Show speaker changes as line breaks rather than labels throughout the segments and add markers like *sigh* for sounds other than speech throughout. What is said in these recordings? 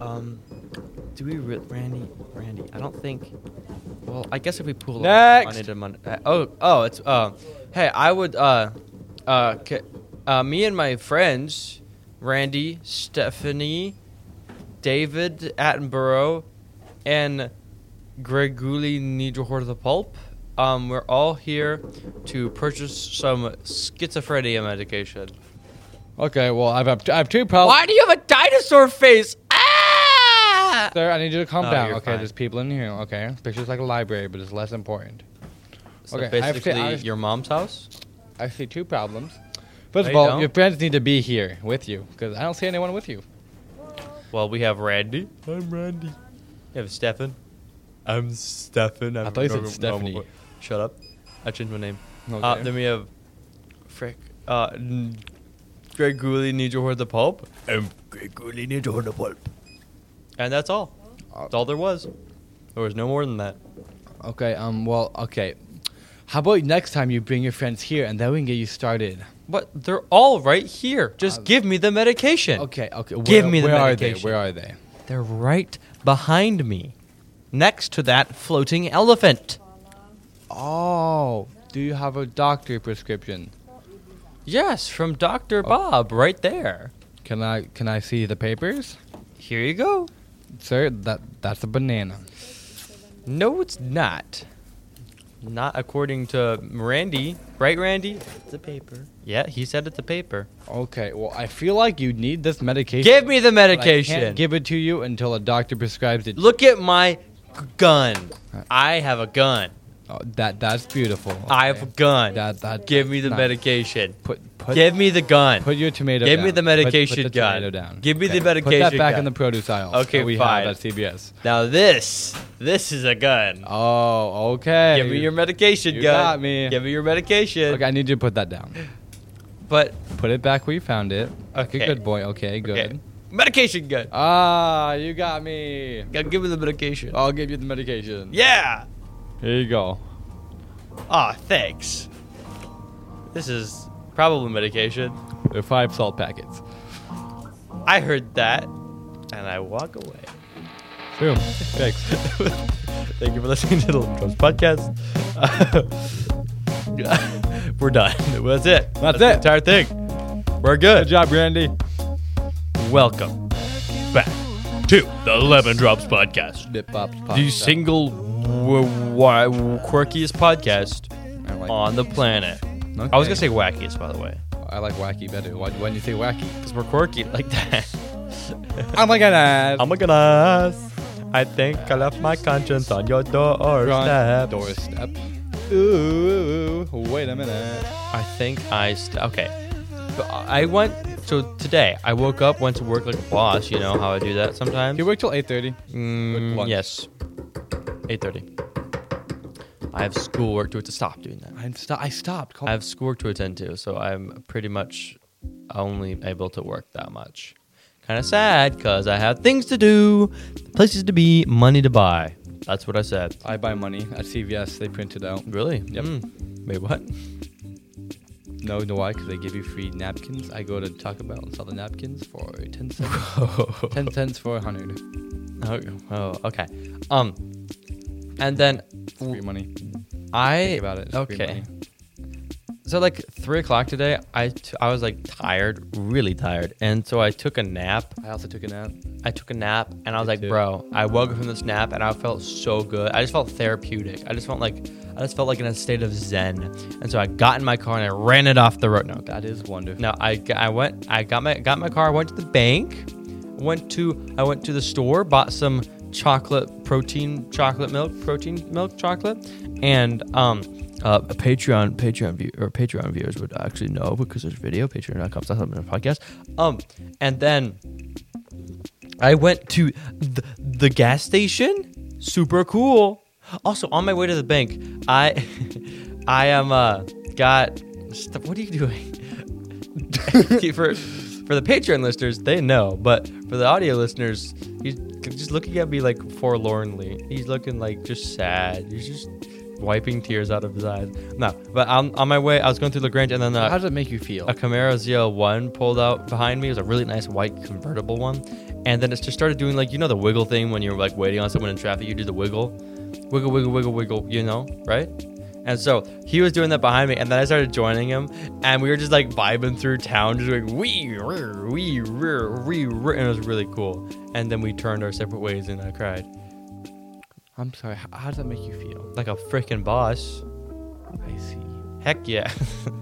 Um, do we, re- Randy? Randy, I don't think. Well, I guess if we pool
Next.
on it, mon- uh, oh, oh, it's uh, hey, I would uh, uh, ca- uh, me and my friends, Randy, Stephanie, David Attenborough, and Greguli Nidrohor the Pulp. Um, we're all here to purchase some schizophrenia medication.
Okay, well, I've up I have two pals.
Why do you have a dinosaur face? Ah!
Sir, I need you to calm
No,
down.
you're
Okay,
fine.
there's people in here. Okay, pictures like a library, but it's less important.
So
Okay, I have to-
basically,
I was-
your mom's house.
I see two problems. First
No,
of
you
all,
don't.
your friends need to be here with you because I don't see anyone with you.
Well, we have Randy. I'm Randy. You have Stefan. I'm Stefan. I'm
thought you said
normal-
Stephanie.
normal- Shut up. I changed my name. Uh,
Okay.
then we have Frick. Uh, n- Greg Gooley, Nijor the Pulp. I'm Greg Gooley, Nijor the Pulp. Uh, And that's all. That's all there was. There was no more than that.
Okay. Um. Well. Okay. How about next time you bring your friends here and then we can get you started?
But they're all right here. Just
Uh,
give me the medication.
Okay. Okay.
Give me the
where
medication.
Are they? Where are they?
They're right behind me, next to that floating elephant.
Oh. Do you have a doctor prescription?
Yes, from Dr. Bob, right there.
Can I can I see the papers,
Here you go.
sir? That that's a banana.
No, it's not. Not according to Randy, right, Randy? It's a paper. Yeah, he said it's a paper.
Okay. Well, I feel like you need this medication.
Give me the
but I
medication.
can't give it to you until a doctor prescribes it.
Look at my g- gun.
Alright.
I have a gun.
Oh, that that's beautiful.
I have a
Okay.
gun.
That- that-
give me the
nice.
medication.
put put
give me the gun.
Put your tomato.
Give
down.
me the medication
Put, put the
gun.
tomato down.
Give me the
Put
medication
that back
gun.
in the produce aisle.
Okay,
that we
fine.
have at CBS.
now this, this is a gun.
Oh, okay.
give me your medication
you
gun.
got me.
Give me your medication.
Okay, I need you to put that down.
But
Put it back where you found it.
Okay.
You're a good boy. Okay, good.
okay. medication gun.
Ah, you got me.
Now give me the medication.
I'll give you the medication.
Yeah.
Here you go.
Ah, thanks. This is probably medication.
There are five salt packets.
I heard that, and I walk away.
Boom. Thanks.
*laughs* Thank you for listening to the Little Drums
*laughs*
podcast. Uh, *laughs* we're done. That's it.
That's
the
it.
entire thing. We're good.
Good job, Randy.
Welcome back to the Lemon Drops podcast,
Bit bops. pops
the
up.
single w- w- quirkiest podcast
I like,
on the planet. I was gonna say wackiest, by the way,
I like wacky better. Why, why did you say wacky?
because we're quirky like that.
I'm like an ass.
*laughs* I'm a glass. I think I left my conscience on your doorstep.
doorstep. Ooh, wait a minute.
I think I st- okay. But I went so today. I woke up, went to work like a boss. You know how I do that sometimes.
You work till 8:30.
Mm,
Quick lunch.
yes. Eight thirty. I have schoolwork to it to stop doing that.
I'm sto- I stopped. Call-
I have schoolwork to attend to, so I'm pretty much only able to work that much. Kind of sad because I have things to do, places to be, money to buy. That's what I said.
I buy money at CVS. They print it out.
Really?
Yep.
Mm. Wait, *laughs* what?
No, no why? Because they give you free napkins. I go to Taco Bell and sell the napkins for
*laughs*
10 cents. 10 cents for 100.
Oh, oh, okay. Um, and then
Free money.
I
Think about it. It's free
okay.
money.
So like three o'clock today, I t- I was like tired, really tired, and so I took a nap.
I also took a nap.
I took a nap, and I was
Me
like,
too.
bro, I woke up from this nap, and I felt so good. I just felt therapeutic. I just felt like I just felt like in a state of zen. And so I got in my car and I ran it off the road. No,
That is wonderful.
no, I, g- I went I got my got my car. I went to the bank. Went to I went to the store, bought some chocolate protein chocolate milk protein milk chocolate, and um, uh, Patreon Patreon view or Patreon viewers would actually know because there's video Patreon.com slash Lemon Drop podcast. Um, and then I went to the, the gas station. Super cool. Also, on my way to the bank, I *laughs* I am uh got st- what are you doing? *laughs* for for the Patreon listeners, they know, but for the audio listeners, he's just looking at me like forlornly. He's looking like just sad. He's just wiping tears out of his eyes. No, but on, on my way, I was going through Lagrange, and then
How
uh,
does it make you feel?
a Camaro ZL1 pulled out behind me. It was a really nice white convertible one, and then it just started doing like you know the wiggle thing when you're like waiting on someone in traffic, you do the wiggle, wiggle, wiggle, wiggle, wiggle. You know, right? And so he was doing that behind me, and then I started joining him, and we were just like vibing through town, just like wee, rrr, wee, rrr, wee, rrr, and it was really cool. And then we turned our separate ways, and I cried
I'm sorry. How, how does that make you feel?
like a freaking boss.
I see.
Heck yeah.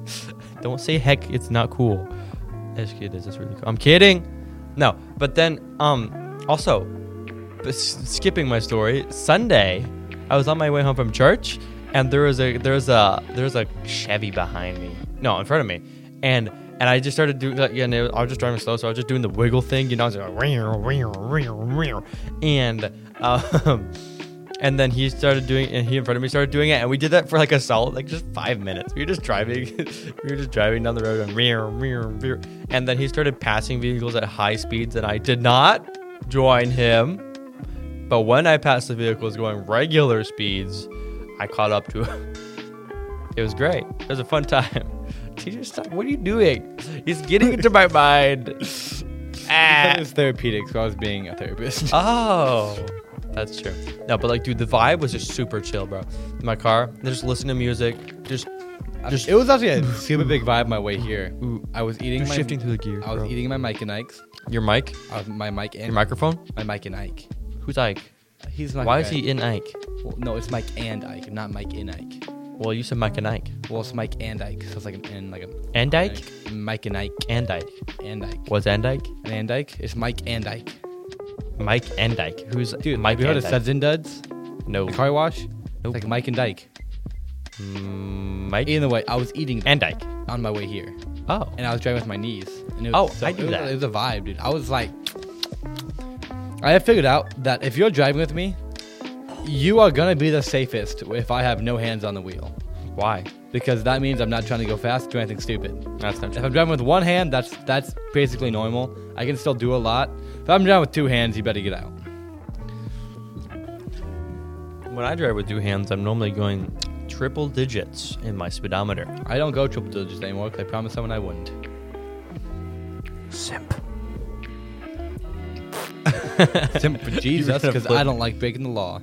*laughs* Don't say heck, it's not cool. Actually, it is. It's really cool. I'm kidding. No, but then, um, also, but s- skipping my story, Sunday, I was on my way home from church, and there was a there was a there was a Chevy behind me, no, in front of me, and and I just started doing like, yeah, and it- I was just driving slow, so I was just doing the wiggle thing, you know, I was like, "Rear, rear, rear, rear," and um. *laughs* And then he started doing, and he in front of me started doing it, and we did that for like a solid, like just five minutes. We were just driving, *laughs* we were just driving down the road, and rear, rear, rear. And then he started passing vehicles at high speeds, and I did not join him. But when I passed the vehicles going regular speeds, I caught up to *laughs* him. It was great. It was a fun time. *laughs* Teacher, stop! What are you doing? He's getting into my mind. Ah.
*laughs* That is therapeutic. So I was being a
*laughs*
therapist.
Oh, that's true. No, but like, dude, the vibe was just super chill, bro. In my car, I just listen to music, just, Uh, just
it was actually a super big vibe my way here. Ooh, I was eating.
You're
My,
shifting through the gears,
I was
bro.
eating my Mike and Ike's.
your mic,
I was, my Mike and
your microphone.
my Mike and Ike.
Who's Ike?
He's not.
Why is he in Ike?
Well, no, it's Mike and Ike, not Mike and Ike.
Well, you said Mike and Ike,
Well, it's Mike and Ike, so it's like an N, like an
and Ike,
Mike and Ike,
and Ike.
and Ike,
Was and Ike?
and and Ike. It's Mike and Ike.
Mike and Ike. Who's
Dude,
Mike
Mike, you heard
and
of
Ike?
Suds and Duds?
no,
The car wash?
Nope.
It's like Mike and Dyke.
Mm, Mike
Either way, I was eating
and Ike.
on my way here,
Oh,
and I was driving with my knees. And it
Oh,
was so-
I do
it was,
that.
It was a vibe, dude. I was like, I have figured out that if you're driving with me, you are gonna be the safest if I have no hands on the wheel,
why?
because that means I'm not trying to go fast, do anything stupid.
That's not
If
true.
I'm driving with one hand, that's that's basically normal. I can still do a lot. If I'm driving with two hands, you better get out.
When I drive with two hands, I'm normally going triple digits in my speedometer.
I don't go triple digits anymore because I promised someone I wouldn't.
*laughs* Simp.
Simp for
You're
Jesus
gonna
because
flip.
I don't like breaking the law.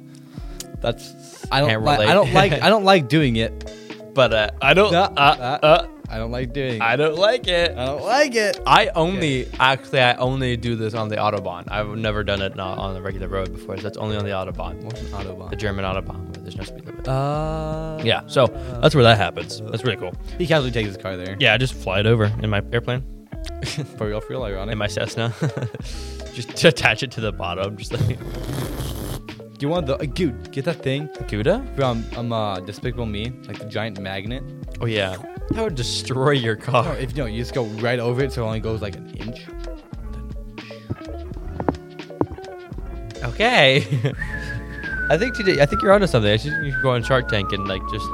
That's I don't
Can't
like I
relate. *laughs*
don't like I don't like doing it.
But uh, I don't.
No,
uh,
uh,
uh,
I don't like doing.
I
it.
don't like it.
I don't like it.
I only actually I only do this on the autobahn. I've never done it not on the regular road before. So that's only on the autobahn,
What's an
the
autobahn?
German autobahn where there's no speed limit.
Uh,
yeah, so that's where that happens. That's really cool.
He casually takes his car there.
Yeah, I just fly it over in my airplane,
*laughs* For real, for real, ironic.
in my Cessna, *laughs* just to attach it to the bottom. Just like *laughs*
you want the uh, dude? Get that thing
Gouda?
from um uh, Despicable Me, like the giant magnet.
Oh yeah, that would destroy your
No,
car.
if no, you just go right over it, so it only goes like an inch.
Okay. *laughs* I think today I think you're onto something. I should you should go on Shark Tank and like just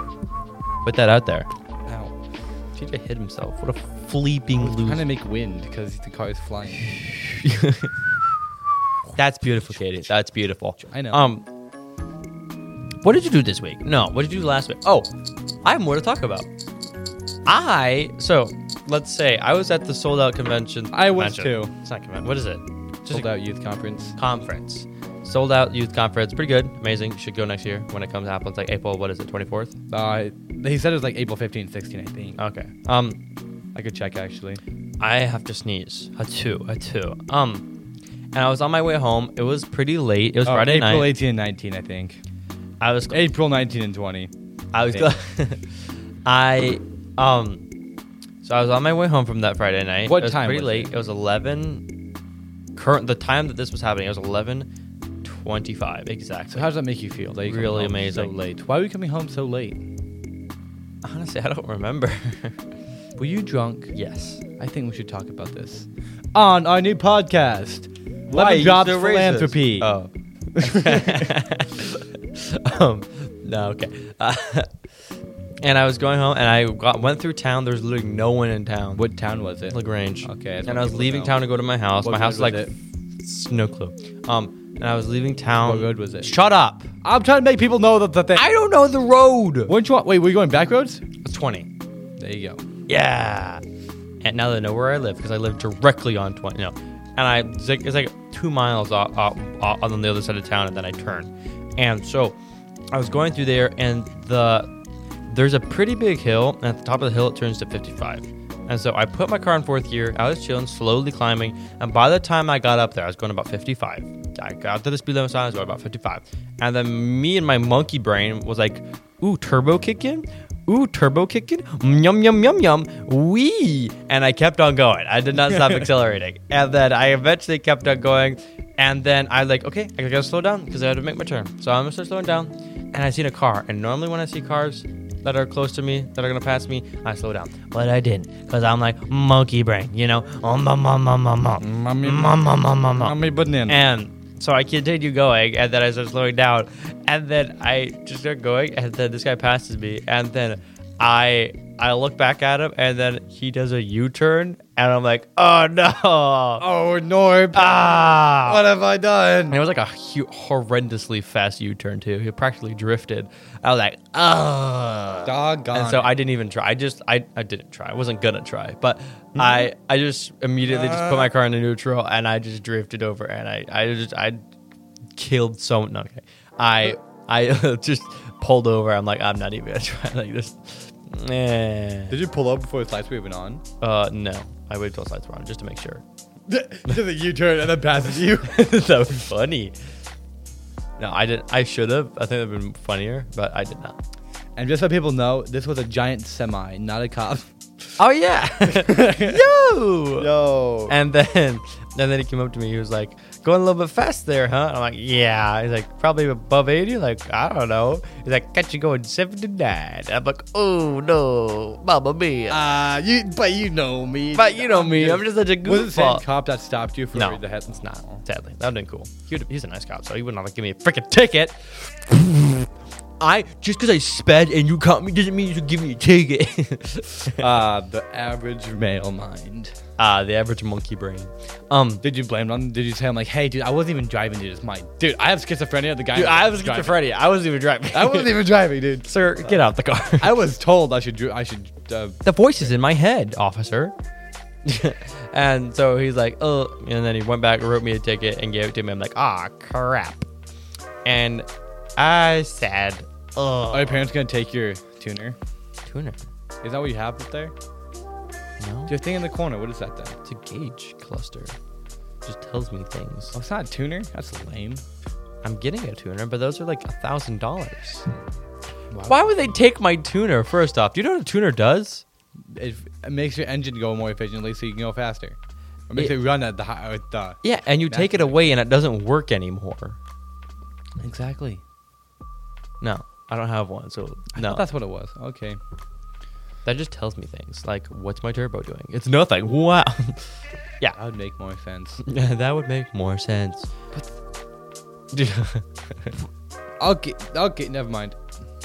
put that out there.
Ow!
TJ hit himself. What a fleeping
Trying to
loser.
make wind because the car is flying.
*sighs* *laughs* That's beautiful, Katie. That's beautiful.
I know.
Um, what did you do this week? No, what did you do last week? Oh, I have more to talk about. I so let's say I was at the sold out convention.
I was
convention.
too.
It's not convention. What is it? Just
Sold
a
out youth conference.
conference. Sold out youth conference. Pretty good. Amazing. Should go next year when it comes to Apple. It's like April. What is it? Twenty fourth.
Uh, he said it was like April 15, 16, I think.
Okay. Um,
I could check actually.
I have to sneeze. A two, a two. Um, and I was on my way home. It was pretty late. It was
Oh,
Friday
April
night.
18 and 19, I think.
I was.
April 19 and 20.
I was.
Yeah.
glad- *laughs* I um. So I was on my way home from that Friday night.
What
it was
time
Pretty
was
late.
it?
It was eleven. Current the time that this was happening. It was eleven twenty-five exactly.
So how does that make you feel? That you come
Really
home
amazing.
So late. Why were you coming home so late?
Honestly, I don't remember. *laughs*
Were you drunk?
yes.
I think we should talk about this on our new podcast.
you
Lemon Drops
so racist?
philanthropy.
Oh. *laughs* um, no, okay. *laughs* Uh, and I was going home, and I got, went through town. There's literally no one in town.
What town was it?
Lagrange.
Okay, that's
And
what
I was
people
leaving
know.
town to go to my house.
What
my house is
road
like
was
s- no clue. Um, and I was leaving town.
What road was it?
Shut up.
I'm trying to make people know that, that they.
I don't know the road.
Wouldn't you want? Wait, we're going back roads?
Twenty.
There you go.
Yeah. And now they know where I live because I live directly on 20. No. And I, it's like, it's like two miles off, off, off on the other side of town, and then I turn. And so I was going through there, and the there's a pretty big hill, and at the top of the hill, it turns to 55. And so I put my car in fourth gear. I was chilling, slowly climbing. And by the time I got up there, I was going about 55. I got to the speed limit sign, I was going about 55. And then me and my monkey brain was like, ooh, turbo kicking? Ooh, turbo kicking? Mm, Yum, yum, yum, yum. Wee! And I kept on going. I did not stop accelerating. And then I eventually kept on going. And then I like, okay, I gotta slow down because I had to make my turn. So I'm gonna start slowing down. And I seen a car. And normally when I see cars, that are close to me that are gonna pass me, I slow down. But I didn't, cause I'm like monkey brain, you know. Oh, mum, mum, mum, mum, mum.
Mummy-
Mum, mum, mum, mum, mum.
Mommy banana.
And so I continue going, and then I start slowing down, and then I just start going, and then this guy passes me, and then I I look back at him, and then he does a U-turn, and I'm like, oh no, *laughs*
oh, Norb.
ah.
what have I
And it
done?
was like a hu- horrendously fast U-turn too. He practically drifted. I was like, ugh.
Doggone.
And so I didn't even try. I just I, I didn't try. I wasn't gonna try. But I I just immediately just put my car into neutral and I just drifted over and I I just I killed someone. Okay, I I *laughs* just pulled over. I'm like I'm not even gonna *laughs* try. Like this. Eh.
Did you pull up before the lights were even on?
Uh no. I waited till the lights were on just to make sure.
*laughs* Did the U-turn and then passes you.
*laughs* that would be funny. No, I didn't. I should have. I think that'd been funnier, but I did not.
and just so people know, this was a giant semi, not a cop.
Oh yeah, *laughs*
*laughs*
yo.
Yo.
And then *laughs* and then he came up to me. He was like, "Going a little bit fast there, huh?" And I'm like, "Yeah." He's like, "Probably above 80." Like, I don't know. He's like, "Got you going 79." I'm like, "Oh no, mama mia."
Ah, you, but you know me.
but you know me. Uh, I'm just such a
Was it the same
goofball.
cop that stopped you for
No,
the head?
it's not. Sadly, that would've been cool. He would, he's a nice cop, so he would not like give me a freaking ticket. I just because I sped and you caught me doesn't mean you should give me a *laughs* ticket.
Ah, the average male mind.
Ah, the average monkey brain. Um,
Did you blame them? Did you say I'm like, hey, dude, I wasn't even driving, dude. It's my dude. I have schizophrenia. The guy.
dude, I was
driving.
schizophrenia. I wasn't even driving.
I wasn't even driving,
*laughs*
dude.
Sir, get out the car.
I was told I should. dri- I should. Uh,
the voice is in my head, officer. *laughs* and so he's like, oh, and then he went back, wrote me a ticket, and gave it to me. I'm like, ah, crap. And I said, oh,
are your parents gonna take your tuner?
tuner.
Is that what you have up there?
No,
Your thing in the corner. What is that then?
it's a gauge cluster. Just tells me things.
Oh, it's not a tuner. That's lame.
I'm getting a tuner, but those are like a thousand dollars.
Wow.
Why would they take my tuner? First off, do you know what a tuner does?
It, it makes your engine go more efficiently, so you can go faster. It makes
Yeah.
it run at the high. At the,
Yeah, and you take it
Naturally.
away and it doesn't work anymore.
exactly.
No, I don't have one, so no.
That's what it was. Okay.
That just tells me things like, what's my turbo doing? It's nothing. Wow. *laughs*
That would make more sense.
Yeah, that would make more sense. Dude,
Okay. Okay. Never mind.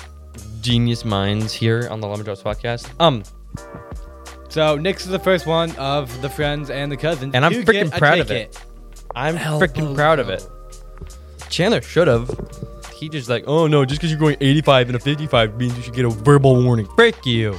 *laughs* Genius minds here on the Lumberjacks podcast. Um,
So Nick's is the first one of the friends and the cousins,
And I'm
to
freaking
get a
proud of
ticket.
I'm
Elbow
freaking proud of it. Chandler should have. He just like, oh no, just because you're going 85 and a 55 means you should get a verbal warning. Frick you.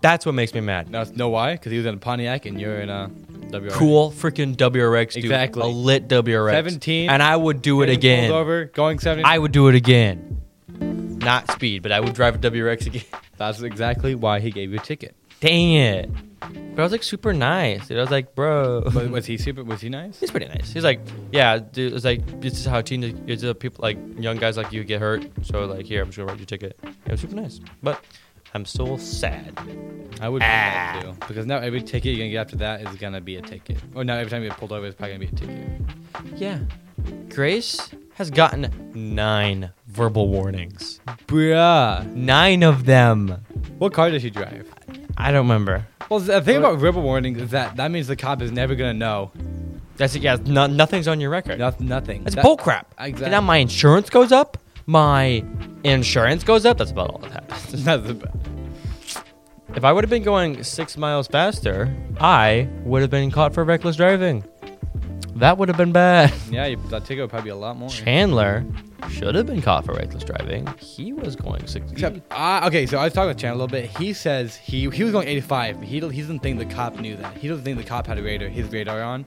That's what makes me mad.
No, no, why? Because he was in a Pontiac and you're in a WRX.
Cool freaking WRX, dude.
Exactly.
A lit WRX.
17.
And I would do it
Getting
again.
pulled Over, going seventy.
I would do it again. Not speed, but I would drive a WRX again.
That's exactly why he gave you a ticket.
*laughs* Dang it. But I was like super nice. Dude. I was like, bro.
But was he super? Was he
*laughs*
nice?
He's pretty nice. He's like, yeah, dude. It's like this is how teenage it's, uh, people like young guys like you get hurt. So like, here, I'm just gonna write your ticket. It was super nice, but I'm still sad.
I would be that too. Because now every ticket you're gonna get after that is gonna be a ticket. Or now every time you get pulled over, it's probably gonna be a ticket.
Yeah, Grace has gotten nine verbal warnings.
Bruh.
Nine of them.
What car does she drive?
I don't remember.
Well, the thing about verbal warnings is that that means the cop is never gonna know.
That's it. Yeah, no, nothing's on your record.
Noth- nothing.
That's
That-
bull crap.
Exactly.
And now my insurance goes up. My insurance goes up. That's about all that happens.
*laughs* That's the-
If I would have been going six miles faster, I would have been caught for reckless driving. That would have been bad.
Yeah, you, that ticket would probably be a lot more.
Chandler should have been caught for reckless driving. He was going 60.
Except, uh, okay, so I was talking with Chan a little bit. He says he he was going 85. He don't- he doesn't think the cop knew that. He doesn't think the cop had a radar, his radar on,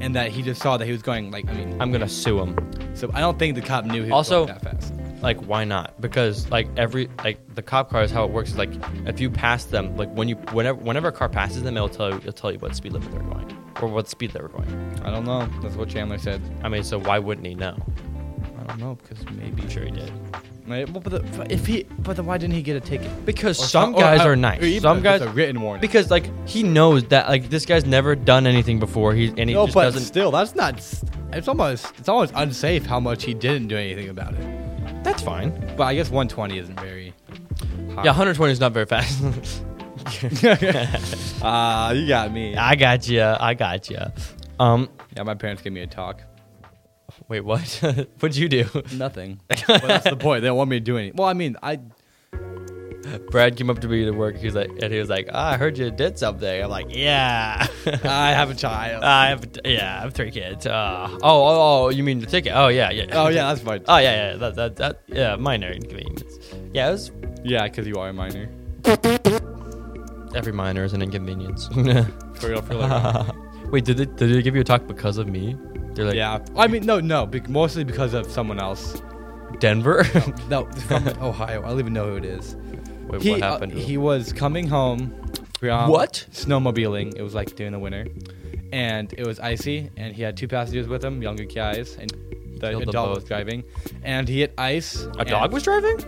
and that he just saw that he was going like I mean.
I'm gonna sue him.
So I don't think the cop knew he was
Also-
going that fast.
Like, why not? Because like every like the cop car is how it works. Like, if you pass them, like when you whenever whenever a car passes them, it'll tell you it'll tell you what speed limit they're going or what speed they were going.
I don't know. That's what Chandler said.
I mean, so why wouldn't he know?
I don't know because maybe.
I'm sure he did.
Right, well, but the, if he, but then why didn't he get a ticket?
Because
Or
some
or,
guys
uh,
are nice.
or even
Some
if it's
guys-
a written warning.
Because like he knows that like this guy's never done anything before. He and he
no,
just
but
doesn't.
still, that's not. s- It's almost it's almost unsafe how much he didn't do anything about it.
That's fine.
But I guess 120 isn't very. high. *laughs*
Yeah, 120 is not very fast. *laughs*
Ah, you got me.
I got you. I got you. Um,
Yeah, my parents gave me a talk.
wait, what? *laughs* What'd you do?
Nothing. *laughs* but that's the point. They don't want me to do anything. Well, I mean, I.
*laughs* Brad came up to me to work. He's like, and he was like, "Ah, I heard you did something. I'm like, yeah.
*laughs* I have a
*laughs*
child.
I have, yeah, I have three kids. Uh, oh, oh, oh, you mean the ticket? Oh, yeah, yeah.
oh yeah, that's fine.
Oh, yeah, yeah. That, that, that, yeah, minor inconvenience. Yeah, it was,
yeah, because you are a minor.
every minor is an
*laughs*
inconvenience. *laughs*
For real, for real.
Wait, did they, did they give you a talk because of me? They're like,
yeah. I mean, no, no, bec- mostly because of someone else.
Denver.
*laughs* No, from Ohio. I don't even know who it is.
Wait,
he,
what happened?
uh, he was coming home from
What?
snowmobiling. It was like during the winter, and it was icy. And he had two passengers with him, younger guys, and the
killed them
adult was
both.
driving. And he hit ice.
a dog was driving.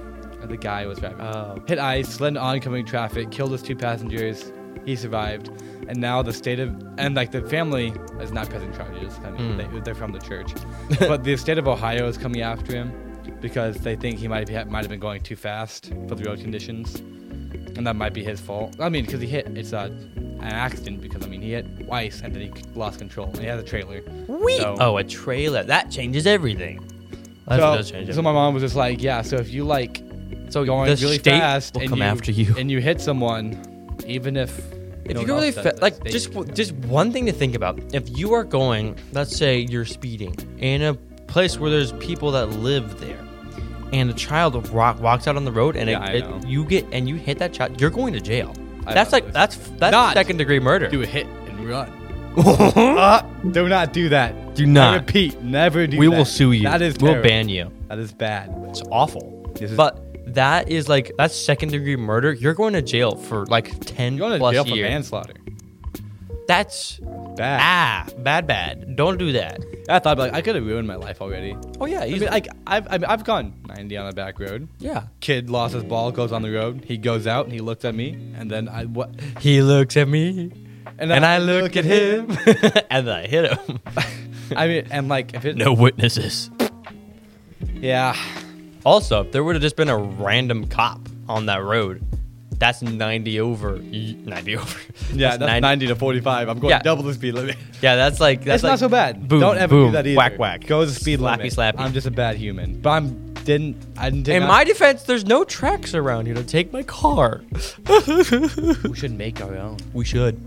The guy was driving.
Oh.
Hit ice, slid into oncoming traffic, killed his two passengers. He survived, and now the state of and like the family is not pressing charges. I mean,
Mm.
they, they're from the church, but the state of Ohio is coming after him because they think he might be, might have been going too fast for the road conditions, and that might be his fault. I mean, because he hit it's uh an accident because I mean he hit ice and then he lost control. And he has a trailer.
We.
So-
Oh, a trailer. That changes everything. That does change
so,
everything.
so my mom was just like, yeah. So if you like
So
going
the
really
state
fast
will
and
come
you,
after you.
and you hit someone, even if
if
no
you
one
go really
else does,
fa-
the
like
state
just
can.
just one thing to think about. If you are going, let's say you're speeding in a place where there's people that live there, and a child rock, walks out on the road and
Yeah, I
it,
know.
it, you get and you hit that child, you're going to jail.
I
that's
know,
like
it's
that's that's
not-
second degree murder.
do a hit and run. *laughs* Uh, do not do that.
Do not.
I repeat, never do.
we
that.
will sue you.
That is
we'll
terrible.
ban you.
That is bad.
It's awful.
This is-
but that is like that's second degree murder. You're going to jail for like 10
You're going to
plus
jail for
years.
manslaughter.
That's
Bad.
ah bad bad. Don't do that.
I thought like I could have ruined my life already.
Oh yeah,
I mean, like I've I mean, I've gone 90 on a back road.
yeah.
Kid lost his ball, goes on the road. He goes out and he looks at me, and then I what?
He looks at me, and, I, look, at him, *laughs* and then I hit him. *laughs*
*laughs* I mean, and like if it
no witnesses.
yeah,
Also, if there would have just been a random cop on that road, that's 90 over. y- 90 *laughs* over.
yeah, that's 90, to 45. I'm going
Yeah.
double the speed limit.
Yeah, that's like that's
That's
like,
not so bad.
Boom,
Don't ever
boom,
do that either.
Whack whack.
Go to the speed
slappy,
limit.
Slappy
I'm just a bad human, but I'm didn't I didn't take
In
my-
my defense, there's no tracks around here to take my car.
We should make our own.
we
*laughs*
should.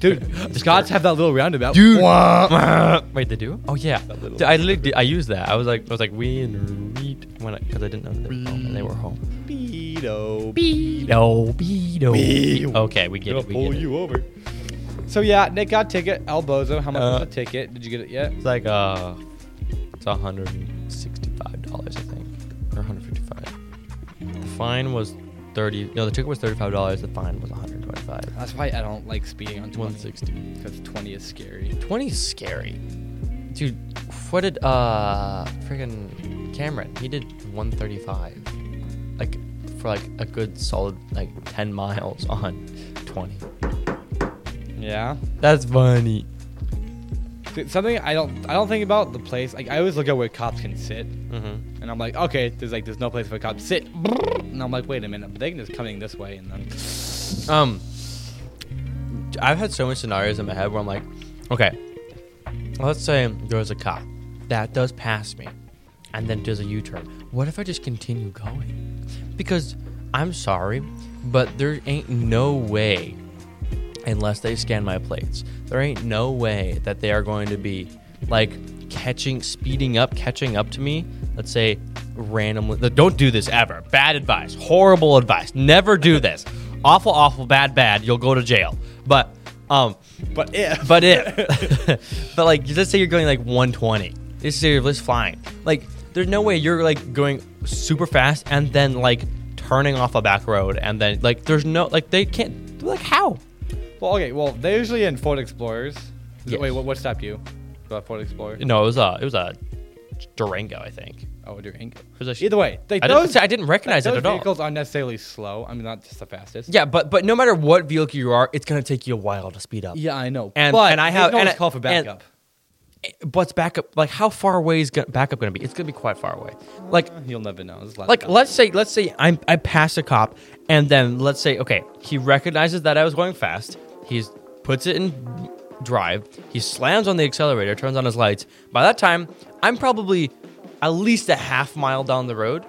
Dude, Scots have that little roundabout.
Dude.
Wah. *laughs*
Wait, they do? Oh yeah.
little-
Dude, I literally did- I used that. I was like I was like we and read when because I, didn't know that they were home and Mm. they were home.
Speedo.
Beedo, beedo.
Beedo.
Okay, we get
Gonna
it. We get
pull
it.
you over. So yeah, Nick got ticket. Elbozo, how much
Uh,
was the ticket? Did you get it yet?
It's like uh, it's hundred and sixty-five dollars I think, or hundred fifty-five. The fine was thirty. No, the ticket was thirty-five dollars. The fine was one hundred twenty-five.
That's why I don't like speeding on 20
sixty.
because 20 is scary.
Twenty is scary, dude. What did uh, friggin' Cameron? He did one thirty-five, like for like a good solid like ten miles on twenty.
Yeah.
That's funny.
Th- Something I don't I don't think about the place. Like I always look at where cops can sit,
Mm-hmm.
and I'm like, okay, there's like there's no place for a cop to sit. And I'm like, wait a minute, but they can just coming this way, and then
Um, I've had so many scenarios in my head where I'm like, okay, let's say there's a cop that does pass me and then does a U turn. What if I just continue going? Because I'm sorry, but there ain't no way unless they scan my plates. There ain't no way that they are going to be like catching, speeding up, catching up to me. Let's say randomly. th- Don't do this ever. Bad advice. Horrible advice. Never do this. awful, awful, bad, bad. You'll go to jail. But um,
But if
*laughs* but if, *laughs* but like, let's say you're going like 120. Let's say you're just flying. Like, there's no way you're like going super fast and then like turning off a back road and then like there's no like they can't like how
well, okay, well they're usually in Ford Explorers. Is it-
Yes.
Wait, what, what stopped you? About Ford Explorer?
No, it was a it was a Durango, I think.
Oh, during.
It was a-
Either way, they,
I,
those,
didn't, I didn't recognize
those
it at all.
vehicles are necessarily slow. I mean, not just the fastest.
Yeah, but but no matter what vehicle you are, it's gonna take you a while to speed up.
Yeah, I know.
And-
but
and I
there's
have-
no
and
one's
I-
call for
and-
backup.
What's backup? Like, how far away is go- backup gonna be? It's gonna be quite far away. Like
You'll never know. There's a lot of
like
backup.
let's say let's say I'm I pass a cop and then let's say okay he recognizes that I was going fast he puts it in drive he slams on the accelerator turns on his lights by that time I'm probably at least a half mile down the road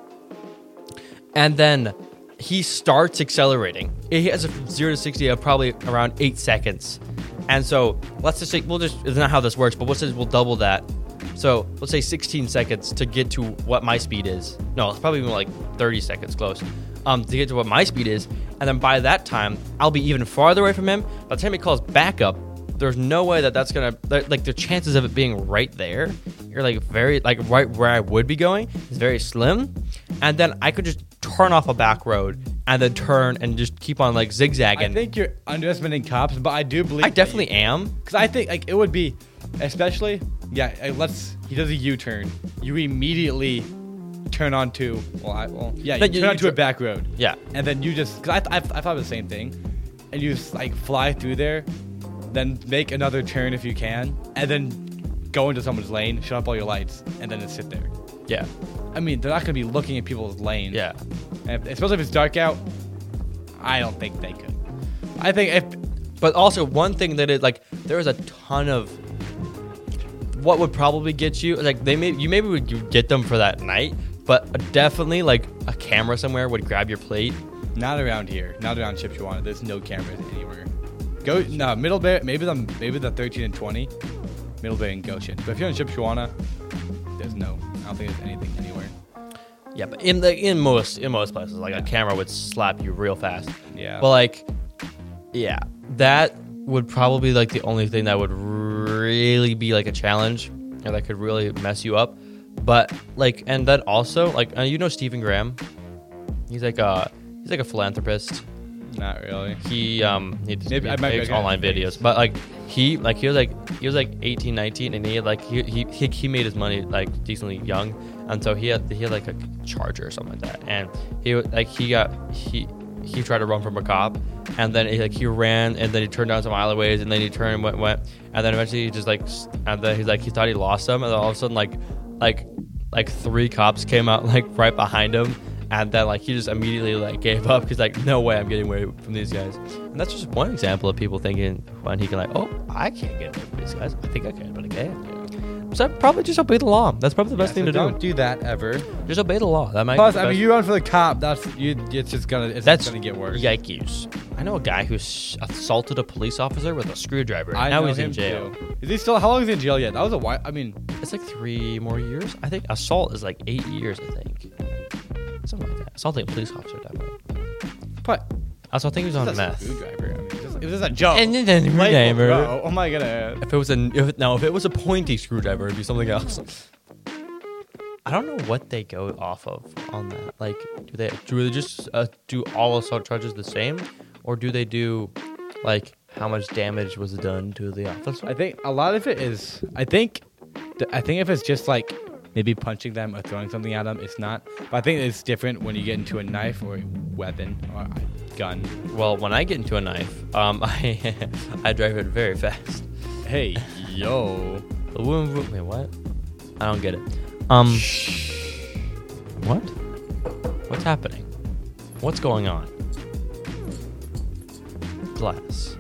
and then he starts accelerating he has a 0 to 60 of probably around 8 seconds and so let's just say we'll just it's not how this works but we'll say we'll double that so let's say 16 seconds to get to what my speed is. No, it's probably even like 30 seconds close um, to get to what my speed is. And then by that time, I'll be even farther away from him. By the time he calls backup, there's no way that that's gonna like- like the chances of it being right there. You're like very like right where I would be going is very slim. And then I could just turn off a back road and then turn and just keep on like
I
zigzagging.
think you're underestimating cops, but I do believe
I definitely am.
because I think like it would be, especially yeah. uh, Let's he does a U-turn. You immediately turn onto well, I, well yeah, you
But you-
turn
you
onto a
tr-
back road.
Yeah.
and then you just because I, I, I thought of the same thing, and you just like fly through there, then make another turn if you can, and then go into someone's lane, shut up all your lights, and then just sit there.
Yeah.
I mean, they're not gonna be looking at people's lanes.
Yeah.
and if, especially if it's dark out. I don't think they could. I think if
But also one thing that is like there is a ton of what would probably get you like they may you maybe would you get them for that night, but definitely like a camera somewhere would grab your plate.
Not around here. Not around Chippewana. There's no cameras anywhere. Go no Middle Bear. Maybe the maybe the 13 and 20, Middle Bear and Goshen. But if you're in Chippewana, there's no. I don't think there's anything anywhere.
Yeah, but in the in most in most places, like a camera would slap you real fast.
Yeah.
But like, yeah, that would probably like the only thing that would really be like a challenge and that could really mess you up. But like, and then also like uh, you know Stephen Graham, he's like a he's like a philanthropist.
Not really.
he um he just
Maybe-
he
I might be
makes
okay.
online videos but like he like he was like he was like 18 19 and he had like he he, he, he made his money like decently young and so he had he had like a charger or something like that and he was- like he got he he tried to run from a cop and then he like he ran and then he turned down some alleyways and then he turned and went went and then eventually he just like s- and then he's like he thought he lost them and then all of a sudden like like like three cops came out *laughs* like right behind him and then like he just immediately like gave up because like no way i'm getting away from these guys and that's just one example of people thinking when he can like oh i can't get away from these guys i think i can but i can't so probably just obey the law that's probably the best thing to
don't
do
do that ever.
just obey the law that might be
Plus,
the
I mean,
best-
you run for the cop. That's you. It's just gonna. It's
that's
just gonna get worse.
yikes i know a guy who s- assaulted a police officer with a screwdriver
I
now
know
he's
him
in jail
Too. Is he still? How long is he in jail yet? That was a while. I mean,
it's like three more years i think assault is like eight years i think something like that assaulting a police officer definitely
but
also i think he was on
that's a
meth
screwdriver. I mean, it's just, it was just a joke.
And then the
Like,
screwdriver.
bro, Oh my god.
If it was a if, now, if it was a pointy screwdriver, it'd be something else. I don't know what they go off of on that. Like, do they do they just uh, do all assault charges the same, or do they do like how much damage was done to the officer?
I think a lot of it is. I think, th- I think if it's just like maybe punching them or throwing something at them, it's not. But I think it's different when you get into a knife or a weapon or a gun.
well, when I get into a knife, um, *laughs* I I drive it very fast.
Hey, yo,
The wound, wound- wait, what? I don't get it. Um, what? What's happening? What's going on? Glass.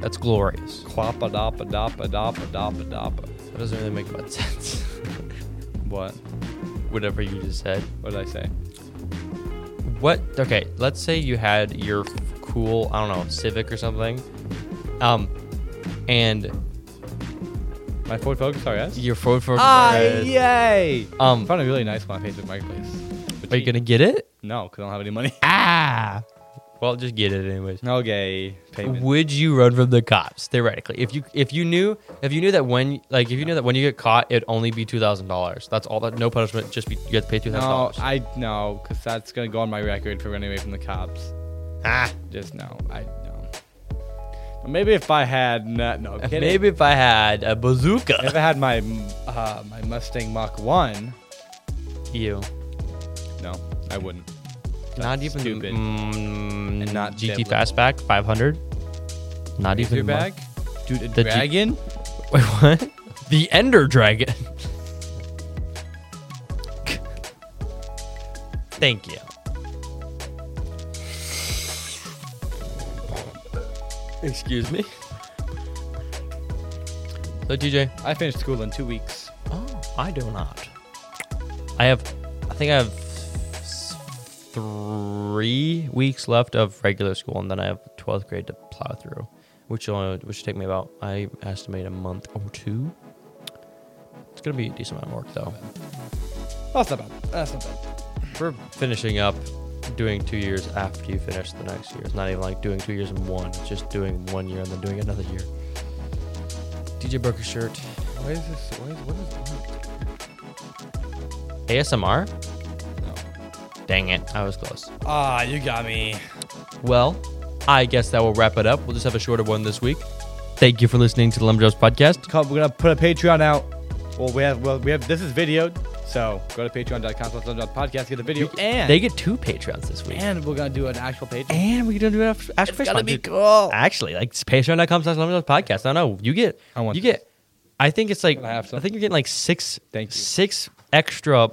That's glorious.
quappa dappa dappa dappa dappa dappa.
That doesn't really make much *laughs* sense.
What?
Whatever you just said.
What did I say?
What? Okay, let's say you had your f- cool, I don't know, Civic or something, Um, and
My Ford Focus RS.
your Ford Focus.
Ah,
RS.
yay! I
Um,
found a really nice one on Facebook Marketplace. But
are you gonna get it?
No, because I don't have any money.
Ah. Well, just get it anyways.
*laughs* okay, payment.
Would you run from the cops theoretically? If you if you knew if you knew that when like if you knew that when you get caught it'd only be two thousand dollars. That's all that no punishment. Just be you have to pay two thousand
No,
dollars.
I no, because that's gonna go on my record for running away from the cops.
ah,
Just no, I no. Maybe if I had no, no I'm kidding.
maybe if I had a
if
bazooka.
I had my uh, my Mustang Mach One,
you
no, I wouldn't.
not even
stupid.
mm,
And not
GT
biblical.
fastback five hundred. Not
Is
even
your
mu-
bag, dude. A
The G-
dragon.
Wait, what? The Ender Dragon. Thank you. Excuse me. So, TJ.
I finished school in two weeks.
Oh, I do not. I have, I think I have s- three weeks left of regular school, and then I have 12th grade to plow through, which will only, which will take me about, I estimate a month or two. It's gonna be a decent amount of work though.
Oh, that's not bad. That's not bad.
We're finishing up doing two years after you finish the next year. It's not even like doing two years in one. It's just doing one year and then doing another year. DJ Burker shirt.
Why is this? Why is what is
ASMR?
that? No.
Dang it. I was close.
Ah, you got me.
Well, I guess that will wrap it up. We'll just have a shorter one this week. Thank you for listening to the Lemon Drops Podcast.
Come, we're gonna put a Patreon out. Well, we have. Well, we have. This is videoed, so go to Patreon.com/podcast get the video, and
They get two Patreons this week.
and we're gonna do an actual Patreon.
And we don't do it after Ask
It's gonna be
Dude,
cool.
Actually, like it's patreon.com slash lemon drops podcast. I don't know. You get
I want
you
this.
get I think it's like
Can I have some?
think you're getting like six
Thank you.
six extra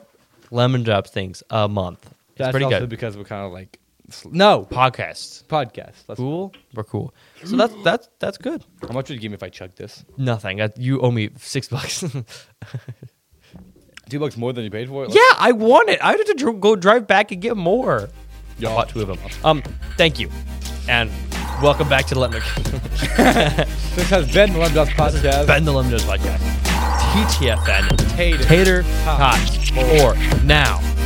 lemon drops things a month. It's
That's
pretty
also
good.
because we're kind of like sl- no
Podcasts.
podcast. That's
Cool. We're cool. So that's that's that's good.
How much would you give me if I chugged this?
Nothing. I, you owe me six *laughs* bucks.
Two bucks more than you paid for it.
Yeah, I want it. I have to dr- go drive back and get more.
Yeah.
I bought two of them. Um, thank you, and welcome back to the *laughs* Lemon.
This has been the Lemon Drops Podcast.
ben the Lemon Podcast. TTFN.
Tater.
Tater.
Tot.
Tot. Or now.